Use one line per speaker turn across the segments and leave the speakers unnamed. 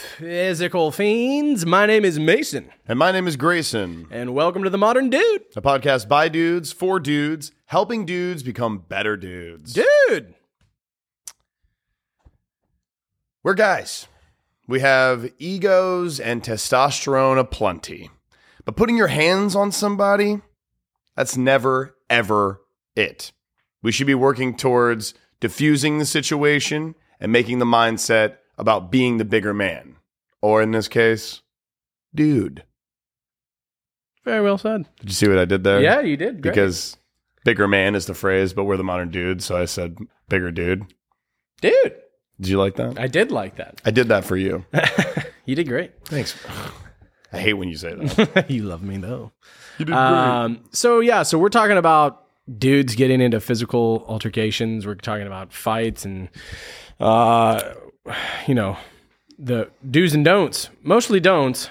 Physical Fiends. My name is Mason,
And my name is Grayson,
and welcome to The Modern Dude.
a podcast by dudes for dudes, helping dudes become better dudes.
Dude!
We're guys. We have egos and testosterone aplenty. But putting your hands on somebody, that's never, ever it. We should be working towards diffusing the situation and making the mindset about being the bigger man. Or in this case, dude.
Very well said.
Did you see what I did there?
Yeah, you did. Great.
because bigger man is the phrase, but we're the modern dude, so I said bigger dude.
Dude!
Did you like that?
I did like that.
I did that for you.
You did great.
Thanks. I hate when you say that.
you love me, though.
You did
Um, so, yeah, so we're talking about dudes getting into physical altercations. We're talking about fights and, uh, you know, the do's and don'ts. Mostly don'ts,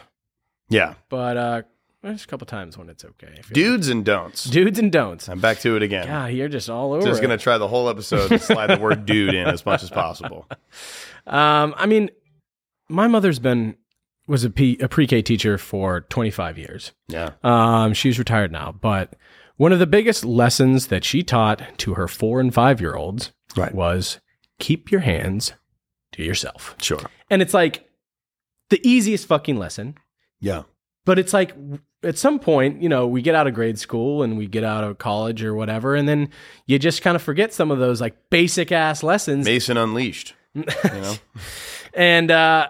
yeah.
but uh, there's a couple times when it's okay. I feel.
Dudes and don'ts.
Dudes and don'ts.
I'm back to it again.
Ah, you're just all over.
Just
it.
gonna try the whole episode to slide the word dude in as much as possible.
Um, I mean, my mother's been was a, P, a pre-K teacher for 25 years.
Yeah.
Um, she's retired now, but one of the biggest lessons that she taught to her 4 and 5 year olds
Right.
was keep your hands to yourself.
Sure.
And it's like the easiest fucking lesson,
Yeah.
but it's like at some point, you know, we get out of grade school and we get out of college or whatever and then you just kind of forget some of those like basic ass lessons
Mason unleashed. You know?
and uh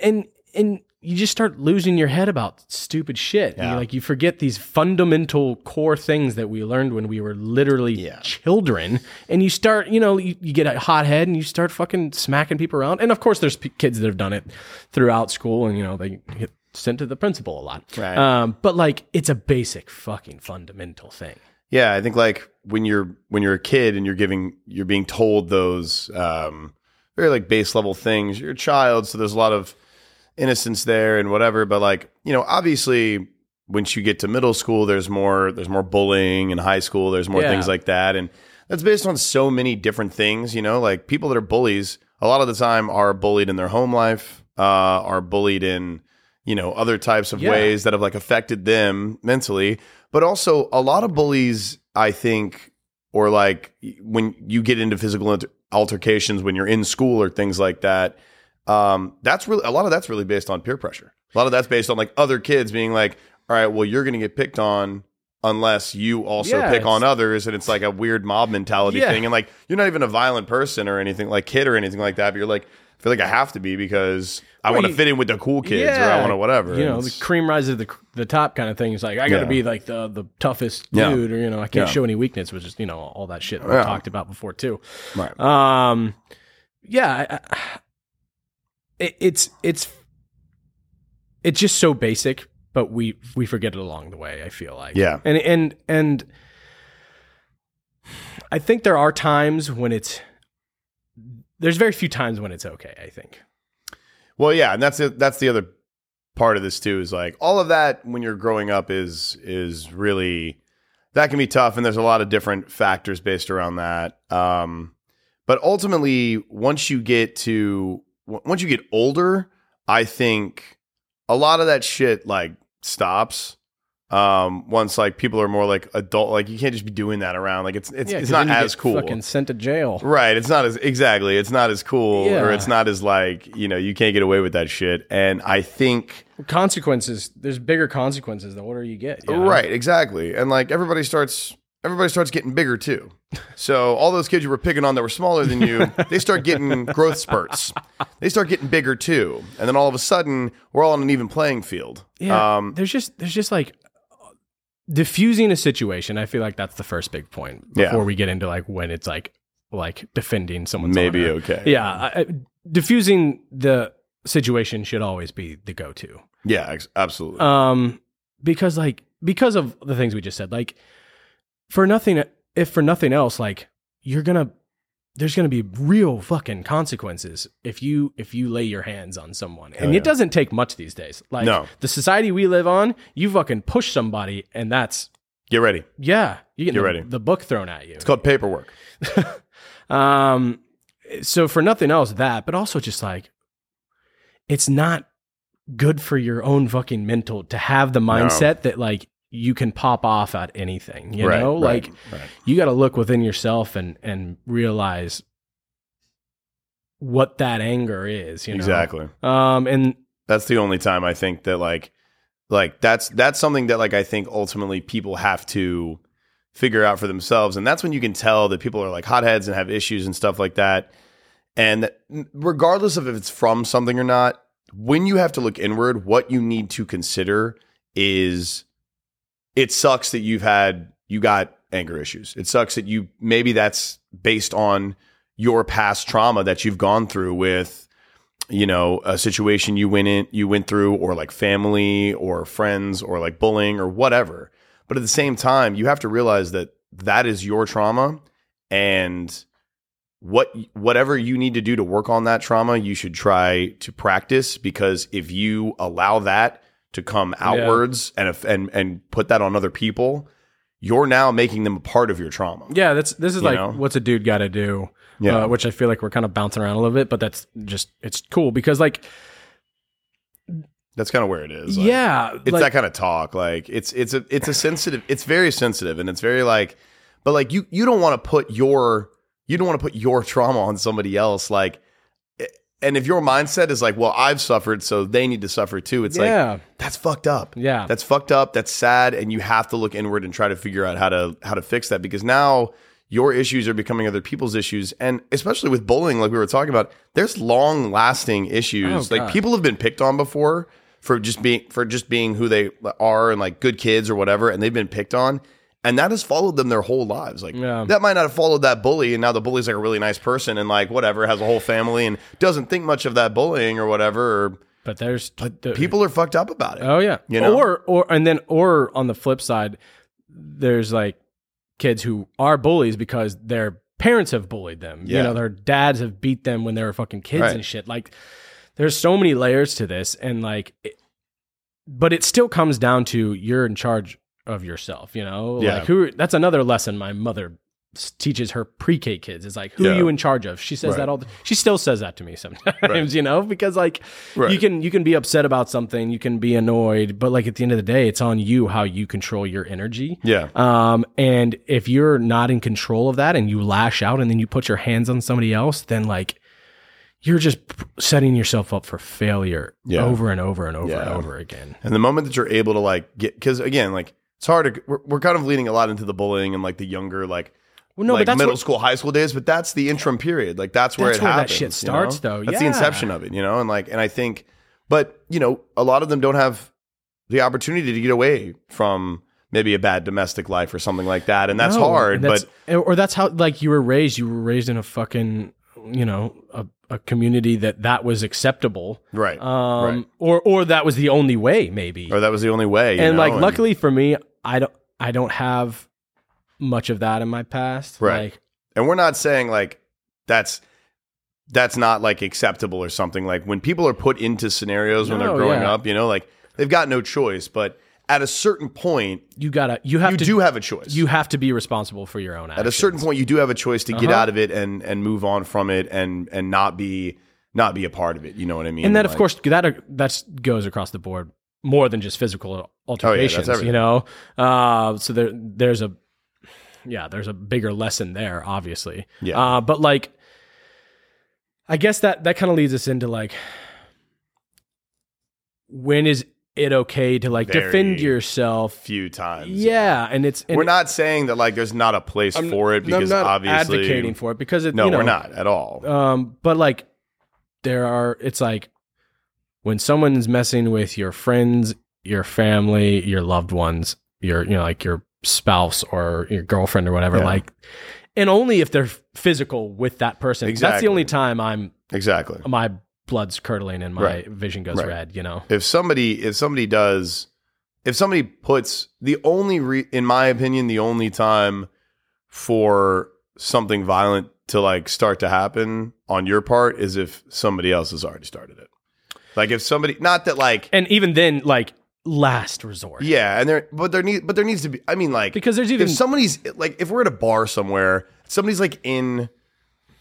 and and you just start losing your head about stupid shit And you,
Yeah.
like you forget these fundamental core things that we learned when we were literally
Yeah.
children and you start you know you, you get a hot head and you start fucking smacking people around and of course there's p- kids that have done it throughout school and you know they get sent to the principal a lot
Right.
um, but like it's a basic fucking fundamental thing
Yeah, I think like when you're when you're a kid and you're giving you're being told those um, very like base level things. You're a child, so there's a lot of innocence there and whatever. But like you know, obviously, once you get to middle school, there's more there's more bullying in high school. There's more
Yeah.
things like that, and that's based on so many different things. You know, like people that are bullies a lot of the time are bullied in their home life, uh, are bullied in you know other types of
Yeah.
ways that have like affected them mentally but also a lot of bullies i think or like when you get into physical alter- altercations when you're in school or things like that um that's really a lot of that's really based on peer pressure a lot of that's based on like other kids being like all right well you're gonna get picked on unless you also
Yeah,
pick on
it's-
others and it's like a weird mob mentality
Yeah.
thing and like you're not even a violent person or anything like kid or anything like that but you're like I feel like I have to be because I
Well,
want to
you-
fit in with the cool kids or I want to whatever.
You
And
know, the
it's-
cream rises to the, the top kind of thing. It's like, I got to
Yeah.
be like the, the toughest
Yeah.
dude, or, you know, I can't
Yeah.
show any weakness, which is, you know, all that shit we
Yeah.
talked about before, too.
Right.
Um, yeah, I, I, it, it's, it's, it's just so basic, but we, we forget it along the way, I feel like.
Yeah.
And, and, and I think there are times when it's, there's very few times when it's okay, I think.
Well, yeah, and that's the, that's the other part of this too is like all of that when you're growing up is is really that can be tough, and there's a lot of different factors based around that. Um, but ultimately, once you get to w- once you get older, I think a lot of that shit like stops. Um, once like people are more like adult, like you can't just be doing that around. Like it's it's,
Yeah,
it's
'cause
not
then you
as
get
cool.
Fucking sent to jail.
Right. It's not as exactly. It's not as cool, or
Yeah.
it's not as like you know you can't get away with that shit. And I think
consequences there's bigger consequences the older you get you know?
right, exactly. And like everybody starts, everybody starts getting bigger too. So all those kids you were picking on that were smaller than you, they start getting growth spurts. They start getting bigger too, and then all of a sudden we're all on an even playing field.
yeah
Um,
there's just there's just like diffusing a situation i feel like that's the first big point
Yeah.
before we get into like when it's like like defending someone's
maybe
honor.
okay.
yeah I, I, diffusing the situation should always be the go-to
Yeah. ex- absolutely.
um because like because of the things we just said like for nothing if for nothing else like you're gonna there's gonna be real fucking consequences if you if you lay your hands on someone and
yeah.
it doesn't take much these days like
No.
the society we live on you fucking push somebody and that's
get ready. It's
yeah you get
You're
the,
ready.
the book thrown at you
called paperwork.
um so for nothing else that but also just like it's not good for your own fucking mental to have the mindset that like you can pop off at anything. You
right,
know,
right,
like
right.
you got to look within yourself and and realize what that anger is. You know,
exactly.
Um, and
That's the only time I think that like like that's that's something that like I think ultimately people have to figure out for themselves and that's when you can tell that people are like hotheads and have issues and stuff like that. And that- regardless of if it's from something or not, when you have to look inward, what you need to consider is it sucks that you've had you got anger issues. It sucks that you maybe that's based on your past trauma that you've gone through with you know a situation you went in you went through or like family or friends or like bullying or whatever but at the same time you have to realize that that is your trauma and what whatever you need to do to work on that trauma you should try to practice because if you allow that to come outwards and if, and and put that on other people you're now making them a part of your trauma
yeah, that's this is
You
like
know?
what's a dude got to do.
Yeah.
uh, which I feel like we're kind of bouncing around a little bit, but that's just it's cool because like
that's kind of where it is like-
yeah,
it's
like,
that kind of talk like it's it's a it's a sensitive it's very sensitive and it's very like but like you you don't want to put your you don't want to put your trauma on somebody else like eh, and if your mindset is like well i've suffered so they need to suffer too it's like
yeah,
that's fucked up
yeah,
that's fucked up that's sad and you have to look inward and try to figure out how to how to fix that because now your issues are becoming other people's issues and especially with bullying like we were talking about there's long lasting issues
Oh,
like
God.
people have been picked on before for just being for just being who they are and like good kids or whatever and they've been picked on and that has followed them their whole lives like
Yeah.
that might not have followed that bully and now the bully's like a really nice person and like whatever has a whole family and doesn't think much of that bullying or whatever or
but there's the-
people are fucked up about it
Oh yeah.
You know?
Or or and then or on the flip side, there's like kids who are bullies because their parents have bullied them.
Yeah.
You know, their dads have beat them when they were fucking kids
Right.
and shit. Like there's so many layers to this and like it, but it still comes down to you're in charge of yourself, you know?
Yeah.
Like who that's another lesson my mother s- teaches her pre-K kids is like who
Yeah.
are you in charge of? She says
Right.
that all the, she still says that to me sometimes,
Right.
you know, because like
Right.
you can you can be upset about something, you can be annoyed, but like at the end of the day, it's on you how you control your energy.
yeah
Um, and if you're not in control of that and you lash out and then you put your hands on somebody else, then like you're just p- setting yourself up for failure
Yeah.
over and over and over and
Yeah.
over again.
And the moment that you're able to like get, because again, like it's hard to, we're, we're kind of leaning a lot into the bullying and like the younger, like,
Well, no,
like
but that's
middle
what,
school, high school days, but that's the interim period. Like that's where
That's
it
where that
happens.
shit
you know?
starts, though.
That's the
Yeah.
inception of it, you know? And like, and I think, but you know, a lot of them don't have the opportunity to get away from maybe a bad domestic life or something like that. And that's
No,
hard,
and that's-
but
or that's how like you were raised. You were raised in a fucking you know a, a community that that was acceptable.
right.
um,
Right.
or or that was the only way, maybe.
or that was the only way. you
and like,
know?
luckily for me, I don't I don't have much of that in my past.
Right.
Like,
and we're not saying like that's that's not like acceptable or something like when people are put into scenarios when
No,
they're growing
yeah.
up you know like they've got no choice but at a certain point
you gotta you have
you
to
do have a choice
you have to be responsible for your own actions.
at a certain point you do have a choice to get
Uh-huh.
out of it and and move on from it and and not be not be a part of it you know what i mean
and that of
Like,
course that that's goes across the board more than just physical alterations.
Oh, everything.
you know, uh, so there there's a yeah there's a bigger lesson there, obviously.
yeah
Uh, but like, I guess that that kind of leads us into like, when is it okay to like defend
Very
yourself?
few times
Yeah, and it's and
we're not saying that like there's not a place
I'm-
for it
no,
because
I'm not
obviously
advocating for it because it,
no
you know,
we're not at all
Um, but like, there are. It's like when someone's messing with your friends, your family, your loved ones, your you know like your spouse or your girlfriend or whatever.
Yeah.
Like, and only if they're physical with that person. That's
Exactly.
the only time I'm
exactly
my blood's curdling and my
Right.
vision goes
Right.
red. You know.
if somebody if somebody does if somebody puts the only re- in my opinion the only time for something violent to like start to happen on your part is if somebody else has already started it like if somebody not that like
And even then, like last resort.
yeah and there but there need but there needs to be i mean like
Because there's even
if somebody's like if we're at a bar somewhere somebody's like in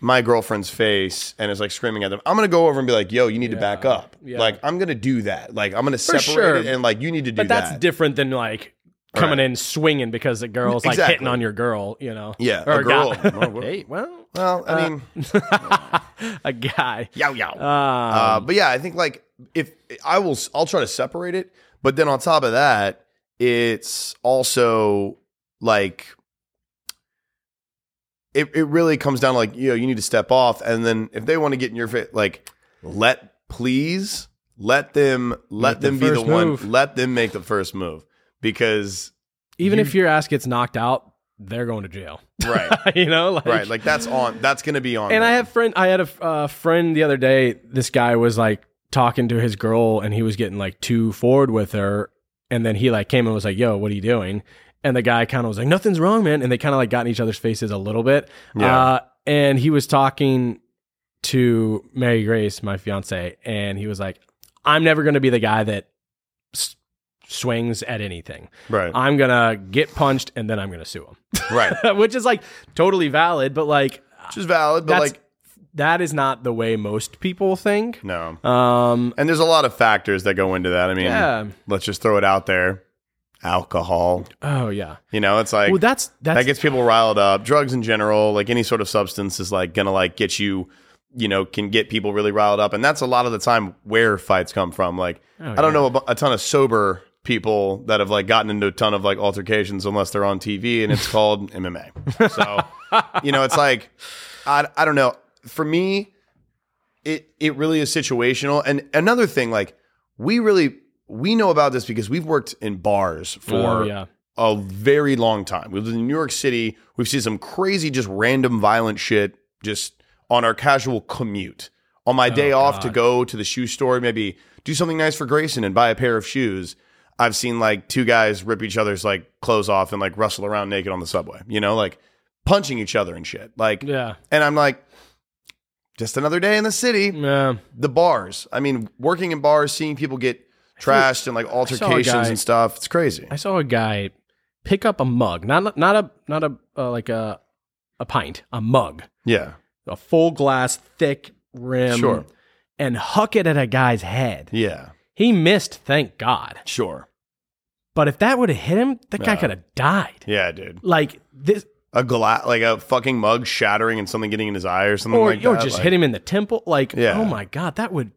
my girlfriend's face and is like screaming at them, I'm gonna go over and be like, "Yo, you need to back
Yeah.
up."
Yeah.
Like I'm gonna do that. Like I'm gonna
For
separate
sure.
it and like you need to do
But that's
that.
different than like coming
Right.
in swinging because the girl's like
Exactly.
hitting on your girl, you know?
Yeah,
Or
a girl.
guy.
Well,
hey, well, uh,
well, I mean,
a guy.
yow yow.
Um,
Uh, but yeah, I think like if I will, I'll try to separate it. But then on top of that, it's also like it. It really comes down to like you know you need to step off, and then if they want to get in your face, like let please let them let
Make the
them be the
first move.
one. Let them make the first move because
even
you-
if your ass gets knocked out, they're going to jail.
right,
you know, like,
right, like that's on. That's gonna be on.
and I
them.
have friend. I had a uh, friend the other day. This guy was like talking to his girl, and he was getting like too forward with her. And then he like came and was like, "Yo, what are you doing?" And the guy kind of was like, "Nothing's wrong, man." And they kind of like got in each other's faces a little bit.
Yeah.
Uh, and he was talking to Mary Grace, my fiance, and he was like, "I'm never going to be the guy that s- swings at anything.
right,
I'm gonna get punched, and then I'm gonna sue
right,
him," which is like totally valid, but like
which is valid, but
that's
like
that is not the way most people think.
no.
Um,
And there's a lot of factors that go into that. I mean,
yeah.
let's just throw it out there. Alcohol,
Oh yeah.
you know, it's like
Well, that's that's
that gets people riled up. Drugs in general, like any sort of substance, is like gonna like get you, you know, can get people really riled up, and that's a lot of the time where fights come from. Like,
Oh,
I don't
yeah.
know a, bu- a ton of sober people that have like gotten into a ton of like altercations unless they're on TV, and it's called MMA. So, you know, it's like, I I don't know. For me, it it really is situational. And another thing, like we really we know about this because we've worked in bars for
Oh, yeah.
a very long time. We lived in New York City. We've seen some crazy, just random violent shit just on our casual commute. On
Oh,
my day off to go to the shoe store, maybe do something nice for Grayson and buy a pair of shoes. I've seen like two guys rip each other's like clothes off and like rustle around naked on the subway, you know, like punching each other and shit. Like,
Yeah.
and I'm like, just another day in the city
Yeah.
the bars. I mean, working in bars, seeing people get trashed and like
saw a
altercations
guy-
and stuff. It's crazy.
I saw a guy pick up a mug, not not a not a uh, like a a pint, a mug,
Yeah.
a full glass, thick rim,
Sure.
and huck it at a guy's head.
Yeah.
He missed, thank God.
Sure.
But if that would have hit him, that guy
Yeah.
could have died.
Yeah, dude.
Like this,
A glass, like a fucking mug shattering and something getting in his eye or something
or
like
or
that.
just
like-
hit him in the temple. Like,
Yeah.
oh my god, that would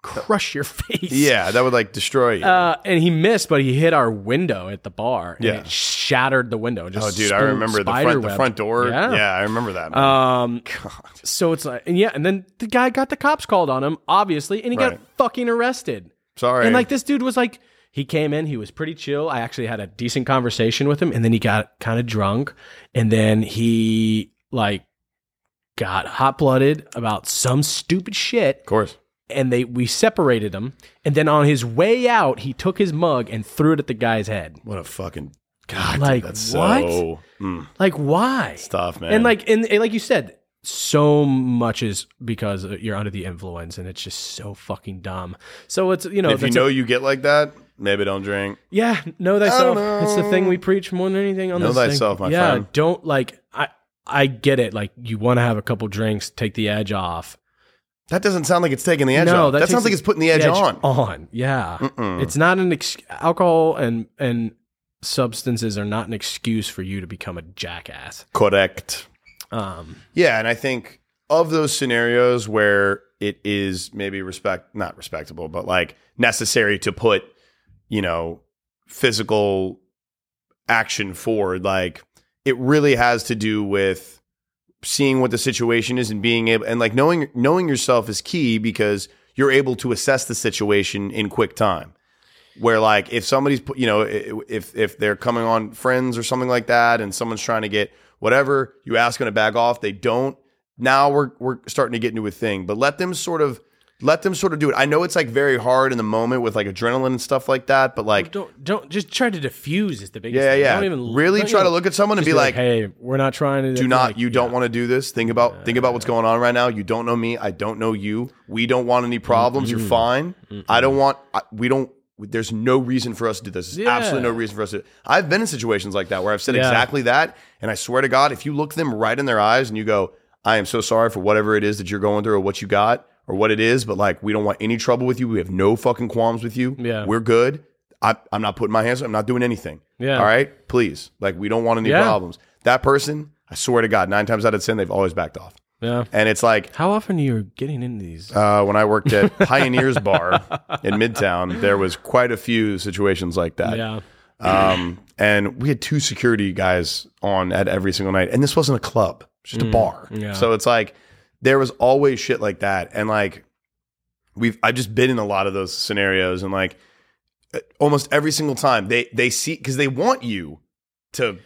crush your face.
Yeah, that would like destroy you.
Uh, and he missed, but he hit our window at the bar. And
Yeah.
it shattered the window. Just
oh, dude, I
spoon-
remember the
spider
front, the
web.
front door.
Yeah.
Yeah, I remember that. man.
Um,
God.
so it's like, and yeah, and then the guy got the cops called on him, obviously, and he
Right.
got fucking arrested.
Sorry.
And like this dude was like, he came in, he was pretty chill. I actually had a decent conversation with him, and then he got kind of drunk, and then he like got hot blooded about some stupid shit,
of course.
and they we separated him and then on his way out he took his mug and threw it at the guy's head
What a fucking God. dude,
Like,
that's
what?
so mm,
like why
stuff, man.
and like and, and like you said so much is because uh, you're under the influence and it's just so fucking dumb so it's you know,
if you
that's
know
a-
you get like that, maybe don't drink.
yeah know thyself
I don't
it's the
know.
thing we preach more than anything on
Know
this thing.
thyself, my
yeah
friend.
don't like i i get it like you want to have a couple drinks take the edge off
That doesn't sound like it's taking the edge
No,
off.
that
That, sounds
takes
like
the
it's putting the edge, on.
on yeah
Mm-mm.
It's not an ex- alcohol and and substances are not an excuse for you to become a jackass.
Correct.
Um,
Yeah, and I think of those scenarios where it is maybe respect not respectable, but like necessary to put, you know, physical action forward, like it really has to do with seeing what the situation is and being able and like knowing knowing yourself is key because you're able to assess the situation in quick time. Where like if somebody's pu- you know i- if if they're coming on friends or something like that and someone's trying to get whatever you ask them to back off they don't now we're we're starting to get into a thing but let them sort of let them sort of do it. I know it's like very hard in the moment with like adrenaline and stuff like that but like
don't don't just try to diffuse is the biggest.
yeah
thing.
yeah
Don't even
really
don't
try to
even
look at someone and
just
be like
hey, we're not trying to
do not
like,
you don't want to do this think about think about what's going on right now you don't know me i don't know you we don't want any problems you're fine i don't want I, we don't there's no reason for us to do this. There's absolutely no
Yeah.
reason for us to. I've been in situations like that where I've said
Yeah.
exactly that, and I swear to God, if you look them right in their eyes and you go, I am so sorry for whatever it is that you're going through or what you got or what it is, but like, we don't want any trouble with you. We have no fucking qualms with you.
Yeah.
We're good. I, I'm not putting my hands up. I'm not doing anything.
Yeah.
All right. Please. Like, we don't want any
Yeah.
problems. That person, I swear to God, nine times out of 10, they've always backed off.
Yeah.
And it's like,
How often are you getting into these?
uh, when I worked at Pioneers Bar in Midtown, there was quite a few situations like that.
yeah.
Um, and we had two security guys on at every single night. And this wasn't a club, it was just a bar.
Mm, yeah.
So it's like there was always shit like that. And like we've I've just been in a lot of those scenarios and like uh, almost every single time they they see because they want you to, to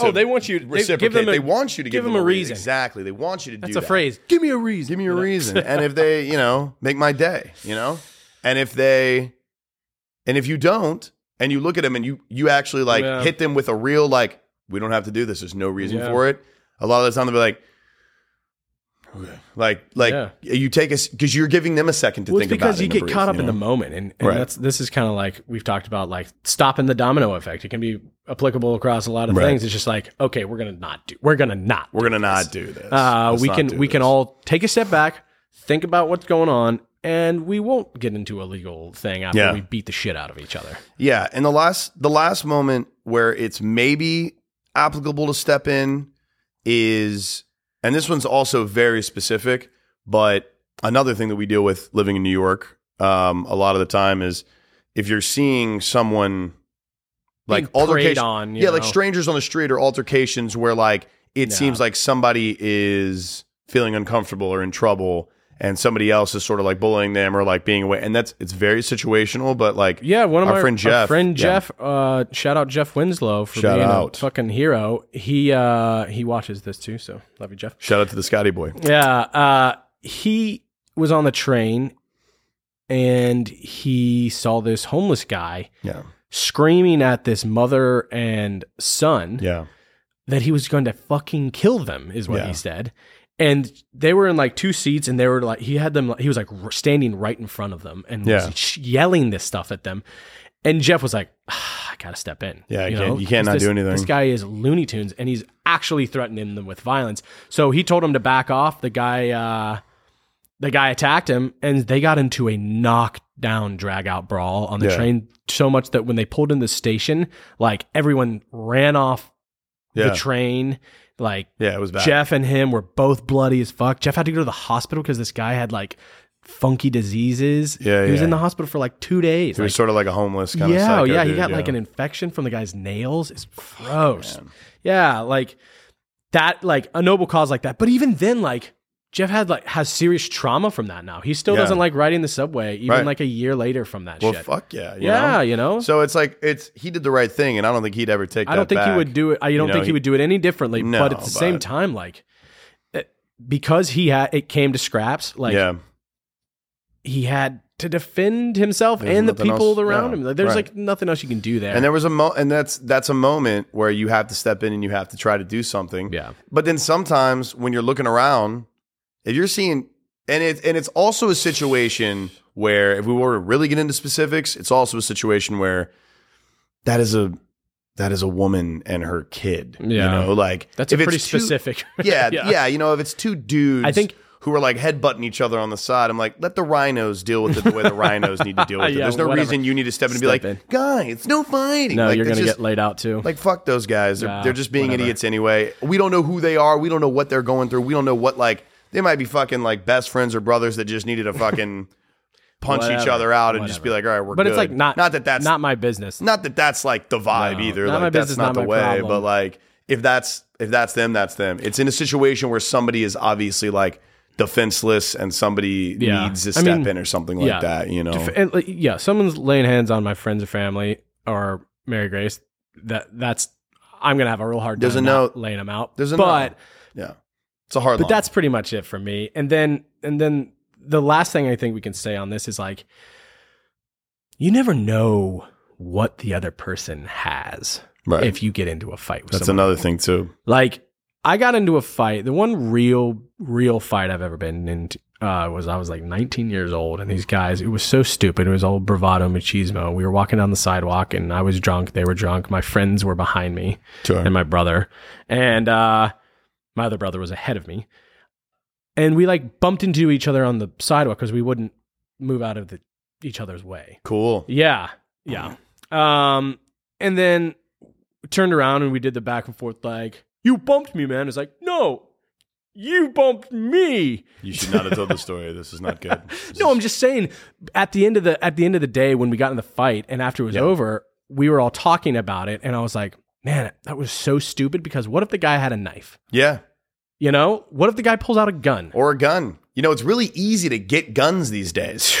Oh, they want you- they give
reciprocate.
them a-
they want you to give, them, a reason.
reason.
Exactly. They want you to
That's
do
a
that.
phrase. Give me a reason.
Give me a reason. and if they, you know, make my day, you know? And if they and if you don't, and you look at them and you you actually like
Yeah.
hit them with a real like, we don't have to do this. There's no reason
Yeah.
for it. A lot of the time they'll be like, okay. like, like
Yeah.
you take us because you're giving them a second to
Well, it's
think about
because
it
you
and
get
breathe,
caught up
you
in the
know?
moment, and, and
Right.
that's this is kind of like we've talked about, like stopping the domino effect. It can be applicable across a lot of
Right.
things. It's just like, okay, we're gonna not do, we're gonna not,
We're gonna not do this.
uh,
Let's
we
not
can
do
we can
this.
all take a step back, think about what's going on, and we won't get into a legal thing after
Yeah.
we beat the shit out of each other.
Yeah, and the last the last moment where it's maybe applicable to step in is and this one's also very specific, but another thing that we deal with living in New York um, a lot of the time is if you're seeing someone like
Being preyed
altercation,
on, you
yeah, like
know?
strangers on the street or altercations where like it
Yeah.
seems like somebody is feeling uncomfortable or in trouble and somebody else is sort of like bullying them or like being away and that's it's very situational but like
Yeah, one of
Our
my
friend
our
Jeff,
friend
yeah.
Jeff, uh, shout out Jeff Winslow for
Shout
being
out.
a fucking hero. He uh, he watches this too, so love you, Jeff.
Shout out to the Scotty boy.
Yeah, uh, he was on the train and he saw this homeless guy
Yeah.
screaming at this mother and son
Yeah.
that he was going to fucking kill them is what
Yeah.
he said and they were in like two seats and they were like he had them he was like r- standing right in front of them and
Yeah.
was sh- yelling this stuff at them and jeff was like "Ah, i gotta step in
Yeah, you can't- you
'cause
can't not
this-
do anything.
this guy is looney tunes and he's actually threatening them with violence so he told him to back off the guy uh the guy attacked him and they got into a knockdown drag out brawl on the
Yeah.
train so much that when they pulled in the station like everyone ran off
Yeah.
the train. Like
yeah, it was bad.
Jeff and him were both bloody as fuck. Jeff had to go to the hospital because this guy had like funky diseases.
Yeah,
he was
yeah.
in the hospital for like two days.
he was
Like,
sort of like a homeless kind of
yeah,
psycho
oh, yeah, he
dude,
got like an infection from the guy's nails. It's gross. yeah, like that, like a noble cause like that. But even then, like Jeff had like has serious trauma from that. Now he still
Yeah.
doesn't like riding the subway, even
Right.
like a year later from that
Well,
shit.
fuck yeah. you
yeah,
know?
you know.
So it's like it's he did the right thing, and I don't think he'd ever take.
I don't
that
think he
back.
would do it. I don't
know,
think he,
he-
would do it any differently.
No,
but at the same
but-
time, like it- because he had it came to scraps, like
yeah,
he had to defend himself
There's
and the
nothing
people
else-
around
yeah,
him. Like, there's
right.
like nothing else you can do there.
and there was a mo, and that's that's a moment where you have to step in and you have to try to do something.
yeah,
But then sometimes when you're looking around, if you're seeing, and it and it's also a situation where if we were to really get into specifics, it's also a situation where that is a that is a woman and her kid.
Yeah.
You know, like
that's a
if it's
pretty
two-
specific.
yeah, yeah, You know, if it's two dudes,
I think-
who are like headbutting each other on the side, I'm like, let the rhinos deal with it the way the rhinos need to deal with it.
Yeah,
There's no
whatever.
reason you need to step in and
Step
be like,
in.
guy, it's no fighting.
No,
like,
you're
that's
gonna
just-
get laid out too.
like fuck those guys. They're,
Nah,
they're just being
whatever.
idiots anyway. We don't know who they are. We don't know what they're going through. We don't know what like they might be fucking like best friends or brothers that just needed to fucking punch each
Whatever,
other out and just be like, all right, we're.
but it's
good."
like not
not that that's not,
not my business.
that that's like the vibe
No,
either.
not my
Like that's
business,
not,
not
the
my
way.
problem.
But like if that's if that's them, that's them. It's in a situation where somebody is obviously like defenseless and somebody
Yeah.
needs to
I
step
mean,
in or something like
yeah.
that. You know,
Def- and, like, yeah, someone's laying hands on my friends or family or Mary Grace. That that's I'm gonna have a real hard time
There's a
not
no.
laying them out.
There's a no.
but
yeah, it's a hard.
but
line.
that's pretty much it for me and then and then the last thing i think we can say on this is like you never know what the other person has
right.
if you get into a fight with
that's
someone
another thing too.
like i got into a fight the one real real fight i've ever been in uh, was i was like 19 years old and these guys it was so stupid it was all bravado machismo we were walking down the sidewalk and i was drunk they were drunk my friends were behind me
Sure.
and my brother. And uh, my other brother was ahead of me. and we like bumped into each other on the sidewalk because we wouldn't move out of the, each other's way.
Cool.
Yeah, yeah. Um, and then turned around and we did the back and forth like, "You bumped me, man." It's like, "No, you bumped me."
You should not have told the story. This is not good. This
No,
is-
I'm just saying. At the end of the at the end of the day, when we got in the fight and after it was
Yeah.
over, we were all talking about it, and I was like, "Man, that was so stupid." Because what if the guy had a knife?
yeah.
You know, what if the guy pulls out a gun?
Or a gun. You know, it's really easy to get guns these days.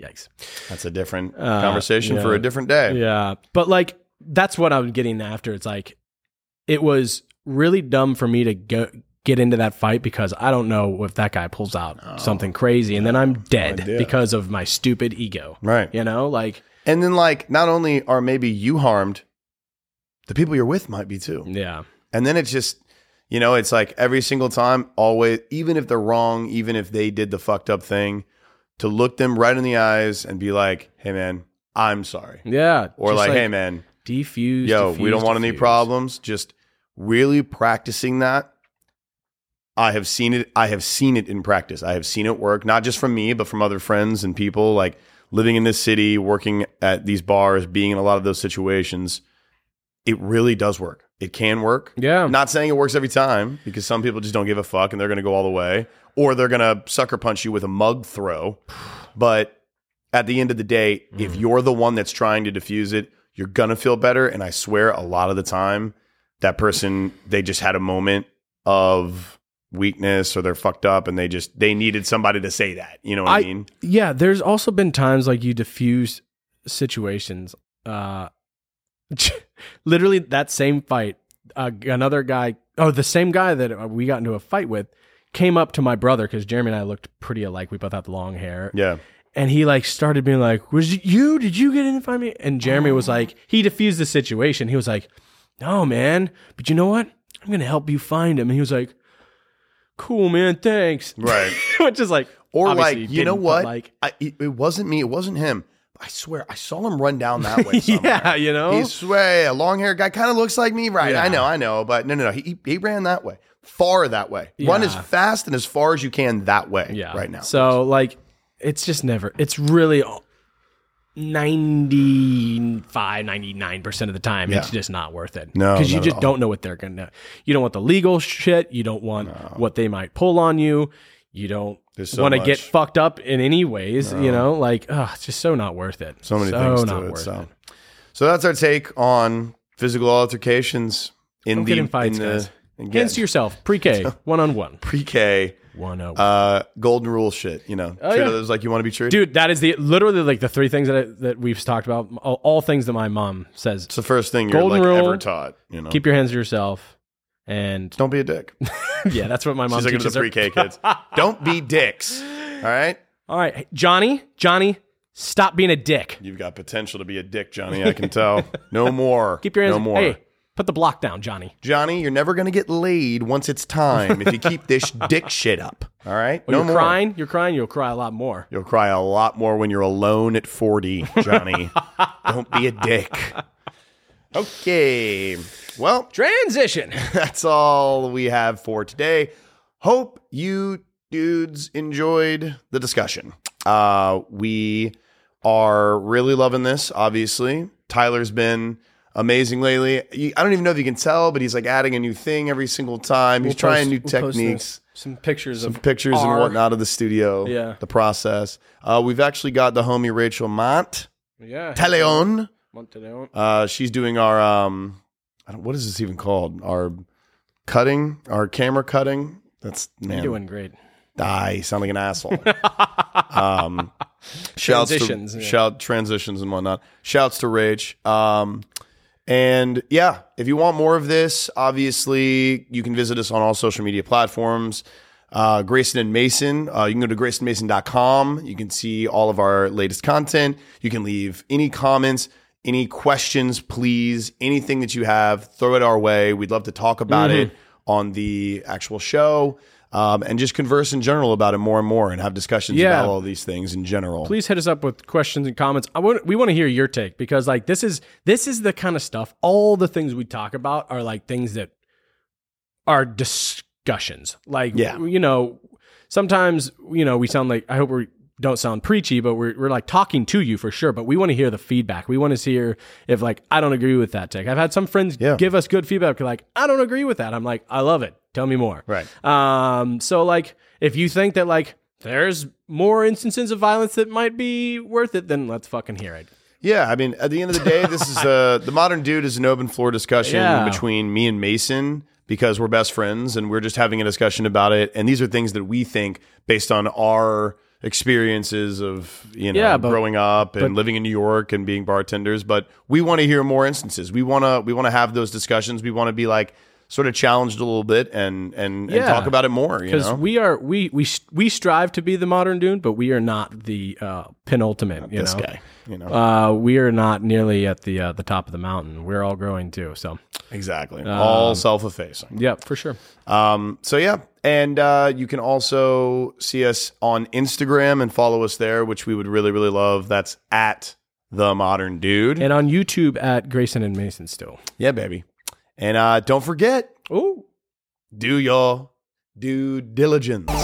Yikes.
That's a different
Uh,
conversation for
yeah.
a different day.
Yeah, but like that's what I'm getting after. It's like it was really dumb for me to go get into that fight because I don't know if that guy pulls out something crazy and then I'm dead
Oh, idea.
because of my stupid ego.
Right.
You know, like
And then, like, not only are maybe you harmed, the people you're with might be too.
yeah,
And then it's just, you know, it's like every single time, always, even if they're wrong, even if they did the fucked up thing, to look them right in the eyes and be like, hey, man, I'm sorry.
yeah,
Or
Just
like, hey, man,
defuse.
yo, we
defuse,
don't want any
defuse.
problems. Just really practicing that. I have seen it. I have seen it in practice. I have seen it work, not just from me, but from other friends and people like living in this city, working at these bars, being in a lot of those situations. It really does work. It can work.
Yeah,
I'm not saying it works every time because some people just don't give a fuck and they're going to go all the way or they're going to sucker punch you with a mug throw. But at the end of the day,
Mm.
if you're the one that's trying to diffuse it, you're going to feel better. And I swear a lot of the time, that person, they just had a moment of weakness or they're fucked up and they just, they needed somebody to say that. You know what I,
I-
mean?
yeah. There's also been times like you diffuse situations. Uh, literally that same fight. Uh, another guy, oh, the same guy that we got into a fight with, came up to my brother because Jeremy and I looked pretty alike. We both had long hair,
Yeah.
and he like started being like, "Was it you? Did you get in and find me?" And Jeremy was
Oh.
like, he diffused the situation. He was like, "No, man, but you know what? I'm gonna help you find him." And he was like, "Cool, man, thanks."
Right.
Which is like,
Or
obviously
like,
he
you know
didn't, but,
what?
Like,
I, it, it wasn't me. It wasn't him. I swear, I saw him run down that way. somewhere.
yeah, you know,
He's way a long haired guy, kind of looks like me, right?
Oh. Yeah.
I know, I know, but no, no, no. He he- he ran that way, far that way. Run
Yeah.
as fast and as far as you can that way.
yeah,
right now.
So like, it's just never. It's really. 95 99% of the time it's
Yeah.
just not worth it
No,
because you
not at
just don't know what they're gonna you don't want the legal shit you don't want what they might pull on you you don't
There's so
want to
much.
get fucked up in any ways you know like oh it's just so not worth it
so many things
not
to it.
worth
So, so that's our take on physical altercations in
Don't
the
get in fights,
in
guys.
the
against yourself pre-k one-on-one
pre-K
one-on-one
uh, golden rule shit. You know,
Oh,
treat
yeah.
others like you want to be treated.
dude that is the literally like the three things that I, that we've talked about all, all things that my mom says
it's the first thing you're
Golden
like
rule.
ever taught. You know,
keep your hands to yourself and
don't be a dick.
yeah that's what my mom
She's like
teaches
to the
her.
pre-K kids. don't be dicks. All right.
all right hey, johnny johnny stop being a dick
You've got potential to be a dick, Johnny. I can tell. No more.
keep your hands
No more.
hey put the block down johnny
Johnny, you're never going to get laid once it's time if you keep this dick shit up. All right? No
Oh, you're
more.
crying you're crying you'll cry a lot more
You'll cry a lot more when you're alone at 40, Johnny. Don't be a dick. Okay. Well,
transition
that's all we have for today. Hope you dudes enjoyed the discussion. Uh, we are really loving this, obviously. Tyler's been amazing lately. You- I don't even know if you can tell, but he's like adding a new thing every single time. He's trying new techniques
some pictures of
pictures
R.
and whatnot of the studio,
Yeah.
the process. Uh, we've actually got the homie Rachel Mont
yeah
Teleon.
Montenegro.
Uh, she's doing our um, I don't, what is this even called? Our cutting, our camera cutting. That's man,
doing great
I sound like an asshole. um, shouts
Transitions,
to,
yeah.
shout transitions and whatnot. Shouts to Rage. Um, and yeah, if you want more of this, obviously you can visit us on all social media platforms. Uh, Grayson and Mason, uh, you can go to graysonmason.com. You can see all of our latest content. You can leave any comments, any questions, please, anything that you have, throw it our way. We'd love to talk about it on the actual show um, and just converse in general about it more and more and have discussions
Yeah.
about all these things in general.
please hit us up with questions and comments. I want we want to hear your take because like this is this is the kind of stuff. All the things we talk about are like things that are dis- discussions. Like,
Yeah.
you know, sometimes, you know, we sound like, I hope we don't sound preachy, but we're, we're like talking to you for sure. But we want to hear the feedback. We want to hear if, like, I don't agree with that take. I've had some friends
Yeah.
give us good feedback. They're like, I don't agree with that. I'm like, I love it. Tell me more.
Right.
Um, so like if you think that like there's more instances of violence that might be worth it, then let's fucking hear it.
Yeah, I mean, at the end of the day, this is uh, the modern dude is an open floor discussion
Yeah.
between me and Mason because we're best friends and we're just having a discussion about it. And these are things that we think based on our experiences of you know
Yeah, but-
growing up and living in New York and being bartenders. But we want to hear more instances. We want to we want to have those discussions. We want to be like sort of challenged a little bit and and, and
Yeah.
talk about it more. You
Because
know,
we are we we s- we strive to be the modern Dune, but we are not the uh, penultimate. You
this
know,
guy. You know,
uh, we are not nearly at the uh, the top of the mountain. We're all growing too. So,
exactly.
um,
All self effacing.
yeah, for sure.
Um, so yeah, and uh, you can also see us on Instagram and follow us there, which we would really, really love. That's at the Modern Dude.
And on YouTube at Grayson and Mason still.
yeah, baby. And uh, don't forget,
Ooh.
do your due diligence.